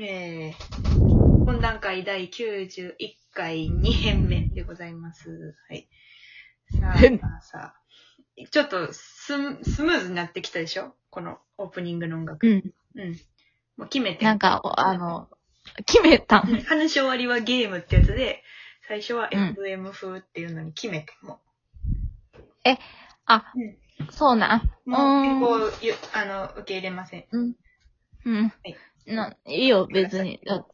えー、懇談会第91回2編目でございます。はい。さ変あ、さあ、ちょっとスムスムーズになってきたでしょこのオープニングの音楽。うん。うん。もう決めて。なんか、おあの、決めた。うんん、話し終わりはゲームってやつで、最初はうん FM 風っていうのに決めて、もあ、うんそうなん。う。もううーん変更をゆあの、受け入れません。うん。な、いいよ、別に。だ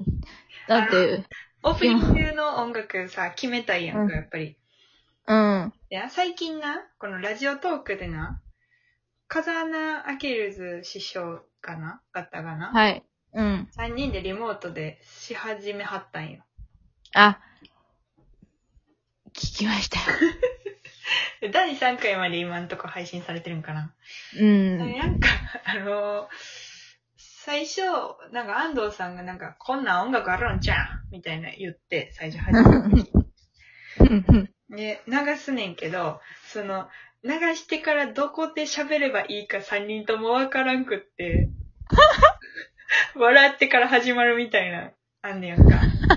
だって、オープニングの音楽さ、決めたいやんか、うんやっぱり。うん。いや、最近な、このラジオトークでな、風穴アキルズ師匠かなだったかな、はい。うん。三 ?3 人でリモートでし始めはったんよ。あ、聞きましたよ。で第3回まで今んとこ配信されてるんかな、うでん。なんか、あのー最初、なんか安藤さんがなんか、こんな音楽あるんじゃんみたいな言って、最初始めて。ね、流すねんけど、その、流してからどこで喋ればいいか3人ともわからんく って、笑ってから始まるみたいな、あんねやん か。いや、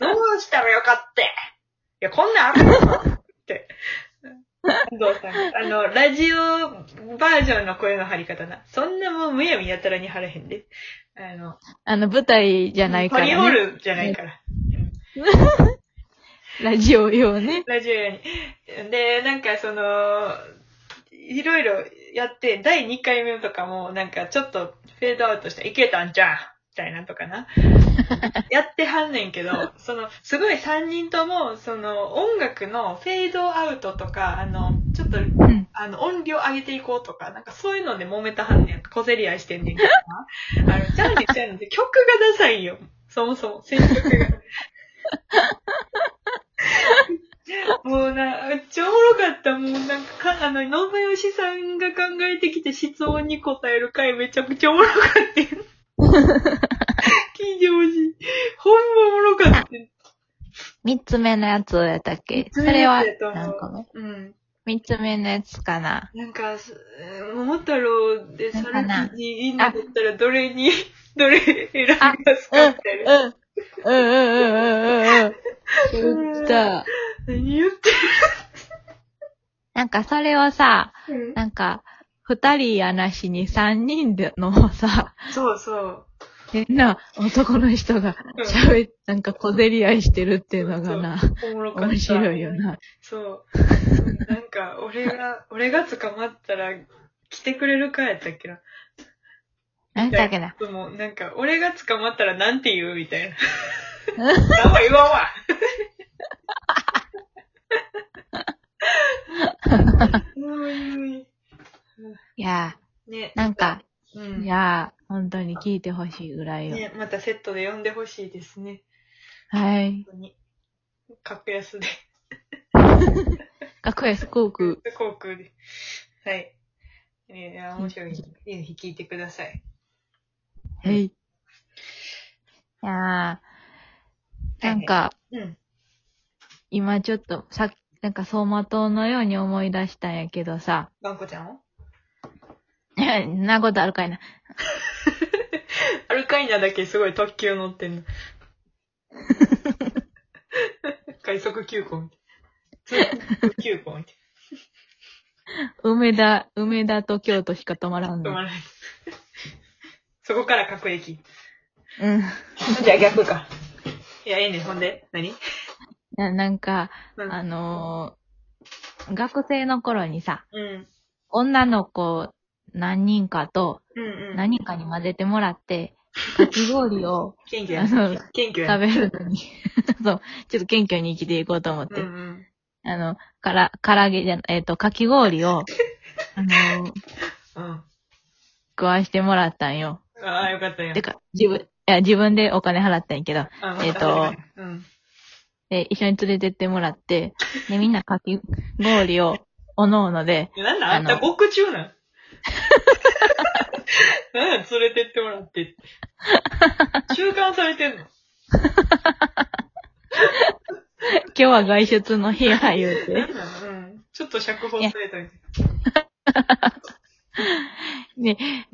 どうしたらよかっていや、こんなんあるのって。安藤さんがあの、ラジオバージョンの声の張り方な。そんなもうむやみやたらに張れへんで。あの、あの、舞台じゃないから、パリオね。ールじゃないから。ラジオ用ね。ラジオに。で、なんかその、いろいろやって、第2回目とかも、なんかちょっとフェードアウトして、いけたんじゃんみたいなとか な。やってはんねんけど、その、すごい3人とも、その、音楽のフェードアウトとか、あの、ちょっと、うん。あの、音量上げていこうとか、なんかそういうので揉めたはんねん。小競り合いしてんねんけどな。あの、ちゃんねんちゃうねんで曲がダサいよ。そもそも、選曲が。もうな、めっちゃおもろかった。もうなんか、かあの、野村義さんが考えてきて質問に答える回めちゃくちゃおもろか ったよ。聞いてほしい。ほんまおもろかった。三つ目のやつやったっけそつ目のれやはつやと、思うなんかね、うん。三つ目のやつかな。なんか、す桃太郎でなん猿かな吉にいいのだったらどれに、どれ選びますうん、かうんみたい、な。うん、うん、うん、うん、うん。言った。何言ってなんかそれをさ、るなんか、二人やなしに三人でのさ、そうそう。変な男の人がうん喋っ、なんか小競り合いしてるっていうのがな、おもろかった。面白いよな。そう。なんか、俺が、俺が捕まったら、来てくれるかやったっけな。なんだっけな。でも、なんか、俺が捕まったらなんて言うみたい な。あんま言わんわ うんいやねー、、なんか、うん。いやー、本当に聞いてほしいぐらいよ。ね、またセットで呼んでほしいですね。はい。本当に。格安で、学園スコーク、航空で。はい。えー、面白い。ぜひ聞いてください。はい。いやー、なんか、うん。今ちょっと、さなんか走馬灯のように思い出したんやけどさ、 バンコちゃんをんなことあるかいな。アルカイナだけすごい特急乗ってんの。快速急行みたいな。通勤急行みたい梅田、梅田と京都しか止まらんな。止の。まらない。そこから各駅。うん。じゃあ逆か。いや、ええねん。ほんで何ななん か、うんあのー学生の頃にさ、うん。女の子何人かと、うんうん。何人かに混ぜてもらって、かき氷 を謙虚やあのな。謙虚や食な。べるのに、 そう、ちょっと謙虚に生きていこうと思っうて、んうん。あの、から、唐揚げじゃな、えっ、と、かき氷 を、あのーうん。食わしてもらったんよ。ああ、よかったよて。か、自分、いや、自分でお金払ったんやけど、あえっと。うん。で、一緒に連れてってもらって、で、みんなかき氷を、おのおので、いやなんだあんたあの獄中なん なんだ連れてってもらって。中間されてんの今日は外出の日や言うて。 うんちょっと釈放されたみたいう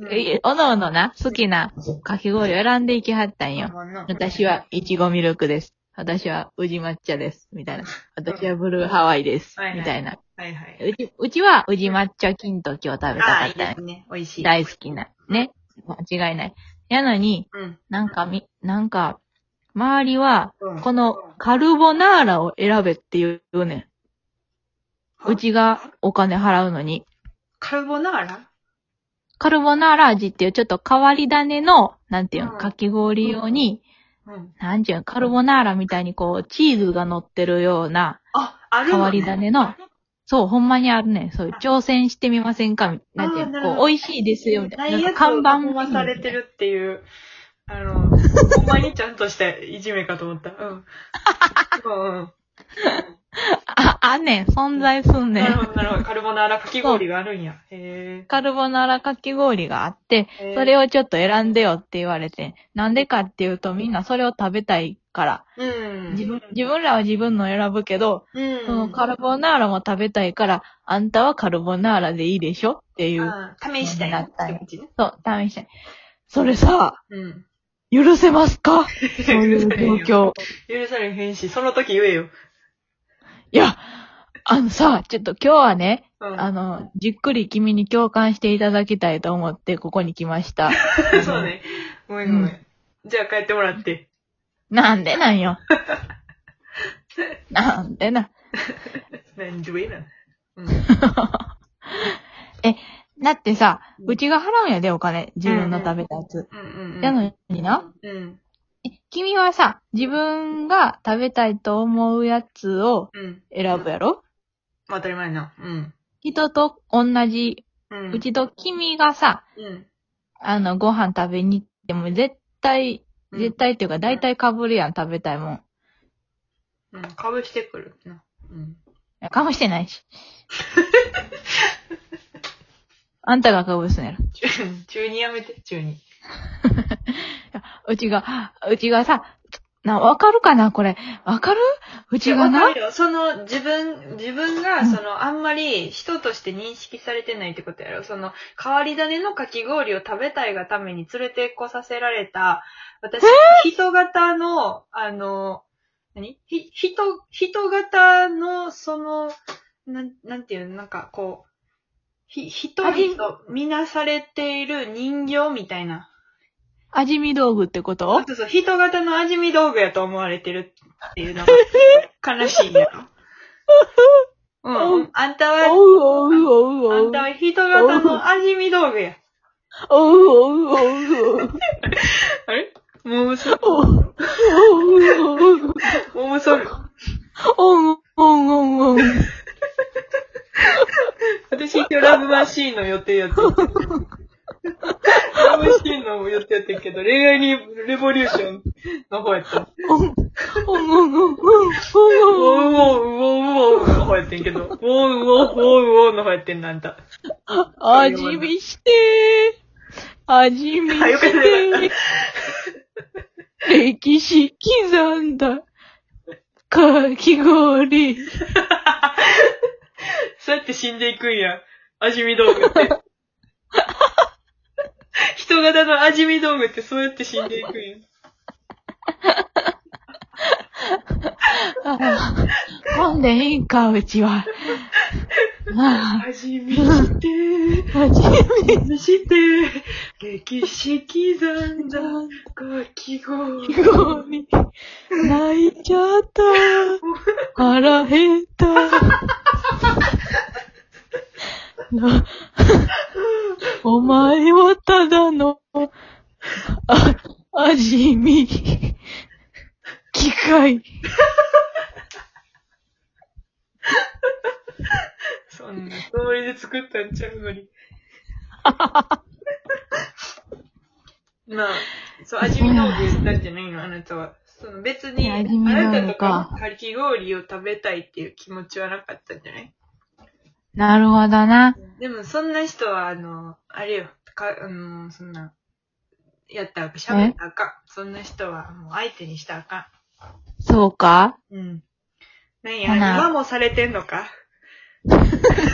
んえおのおのな、好きなかき氷を選んでいきはったんよ。ほんまな私は、いちごミルクです。私は、宇治抹茶です。みたいな。私は、ブルーハワイですはいは。いみたいな。はいはい。うち、うちは、宇治抹茶金時を食べたああ、かいっいたでんすよ。ね。美味しい。大好きな。ね。間違いない。やのに、うん。なんかみ、なんか、周りはうん、このカルボナーラを選べって言うねん。はうちがお金払うのに。カルボナーラカルボナーラ味っていうちょっと変わり種の、なんていううんの、かき氷用に、うん。なんていうの、カルボナーラみたいにこう、チーズが乗ってるような、あ、あるの変わり種の、そう、ほんまにあるねん。そういう、挑戦してみませんかみなんていあーうなるほどの、こう、美味しいですよ、みたいな。ななんんかか看板看板もメニューみたさいなれてるっていう、あ の、ほんまにちゃんとしたいじめかと思った。うん。うんうん。あ、あんねん。存在すんねなるん。ほど、なるほど。カルボナーラかき氷があるんや。へカルボナーラかき氷があって、え。それを、をちょっと選んでよって言われて、なんでかっていうとみんなそれを食べたいから、うん。自分、自分らは自分の選ぶけど、そのうん。カルボナーラも食べたいから、あんたはカルボナーラでいいでしょっていう、あー試したいなって感じね。そう、試して。それさ、うん。許せます かそういう況。状況。許されへんし、その時言えよ。いや、あのさ、ちょっと今日はね、うん。あの、じっくり君に共感していただきたいと思って、ここに来ました。 そうね。ごめんごめん。じゃあ帰ってもらって。なんでな んよ。なんでな。なんでもいいな。 うん。だってさ、うんうちが払うんやで、お金。自分の食べたやつ。うんうん。やのにな。うん。え君はさ、自分が食べたいと思うやつをうん。選ぶやろまあ当たり前な。うん。人と同じ。うん。うちと君がさ、うん。あの、ご飯食べに行っても絶対、うん絶対っていうか、大体被るやん、食べたいもん。うん。かぶしてくるな。うん。 かぶしてないし。あんたがかぶすのやろ。中にやめて、中に。うちが、うちがさ、な、わかるかなこれ。わかるうちがいやなわか。るよその、自分、自分うが、んその、あんまり人として認識されてないってことやろ。その、変わり種のかき氷を食べたいがために連れてこさせられた、私、人型の、あの、何ひ、人、人型の、その、なん、なんていうの、なんか、こう、ひ、人々と見なされている人形みたいな。味見道具ってことそうそう、人型の味見道具やと思われてるっていうのが、 悲しいんやろ。うんうん、あんたおは、うおうおうあおんう。たは人型の味見道具や。おうおうおうおう。あれもうそ、おうおうおうおう。もうそ、おうおうおうおう。私今日ラブマシーンの予定やってん ラブマシーンの予定やってんけど、恋愛にレボリューションの方やった。おうおうおうおウうおう。ォーウォーウォーウォーウォーの方やってんけど、ウォーウォーウォーウォーの方やってんな、あんた。味見してー。味見あよかったしてー。歴史刻んだ。かき氷。そうやって死んでいくんや。味見道具って。人型の味見道具ってそうやって死んでいくんや。ああ飲んでいいんか、うちは。あ味見して、あ、味味見して、歴史刻ん だかき氷。見氷。泣いちゃった。腹減 った。なお前はただの、あ、味見、機械。そんなつもりで作ったんちゃうの に。まあ、そう、味見道具言ったんじゃないの、あなたは。その別に、あ味見道具かなたとかかき氷を食べたいっていう気持ちはなかったんじゃないなるほどな。でも、そんな人は、あの、あれよ、か、あの、そんな、やったらあかん、喋ったらあかん。そんな人は、もう相手にしたらあかそうかん。うん。何ほや、な今もされてんのか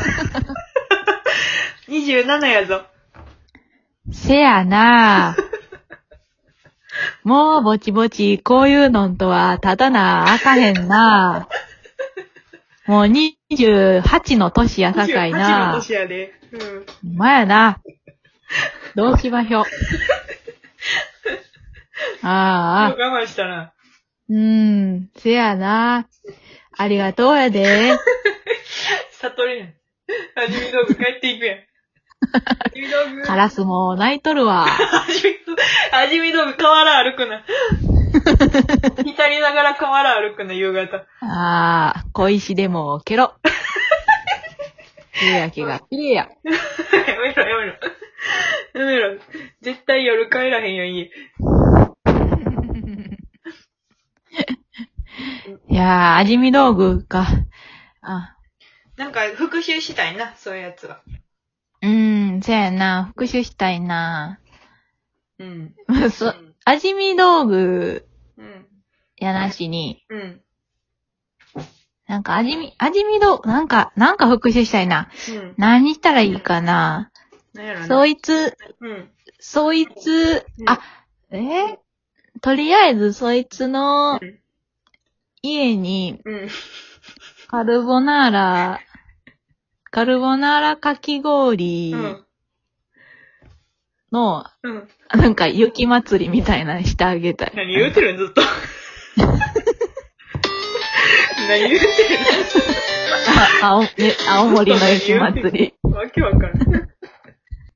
?27 やぞ。せやなもうぼちぼち、こういうのんとはただなあかへんなもう28の年やさかい28のな年やで。うん。ほんまやな。どうしまひょ。ああ、我慢したな。うん、せやな。ありがとうやで。悟りやん。はじめ道具帰っていくやん。はじめ道具。カラスも泣いとるわ。はじめ道具、はじめ道具河原歩く な。左ながら河原歩くな、夕方。 ああ、小石でもケロ。夕焼けが綺麗や。やめろ、やめろ。やめろ。絶対夜帰らへんやん、家。いやー、味見道具か。あ、なんか、復習したいな、そういうやつは。うーん、せやな、復習したいな。うん。そ、味見道具うん。やなしに、うん。なんか味見、味見道、なんか、なんか復習したいな。うん。何したらいいかな。なんやろな。そういつ、うん。そいつ、あ、えーとりあえずそいつうのん家にうん。カルボナーラ、カルボナーラかき氷うん。の、うん。なんか雪祭りみたいなのしてあげたい。何言うてるん、ずっと。何言うてるあ青ね青森の雪祭り。わけわからん。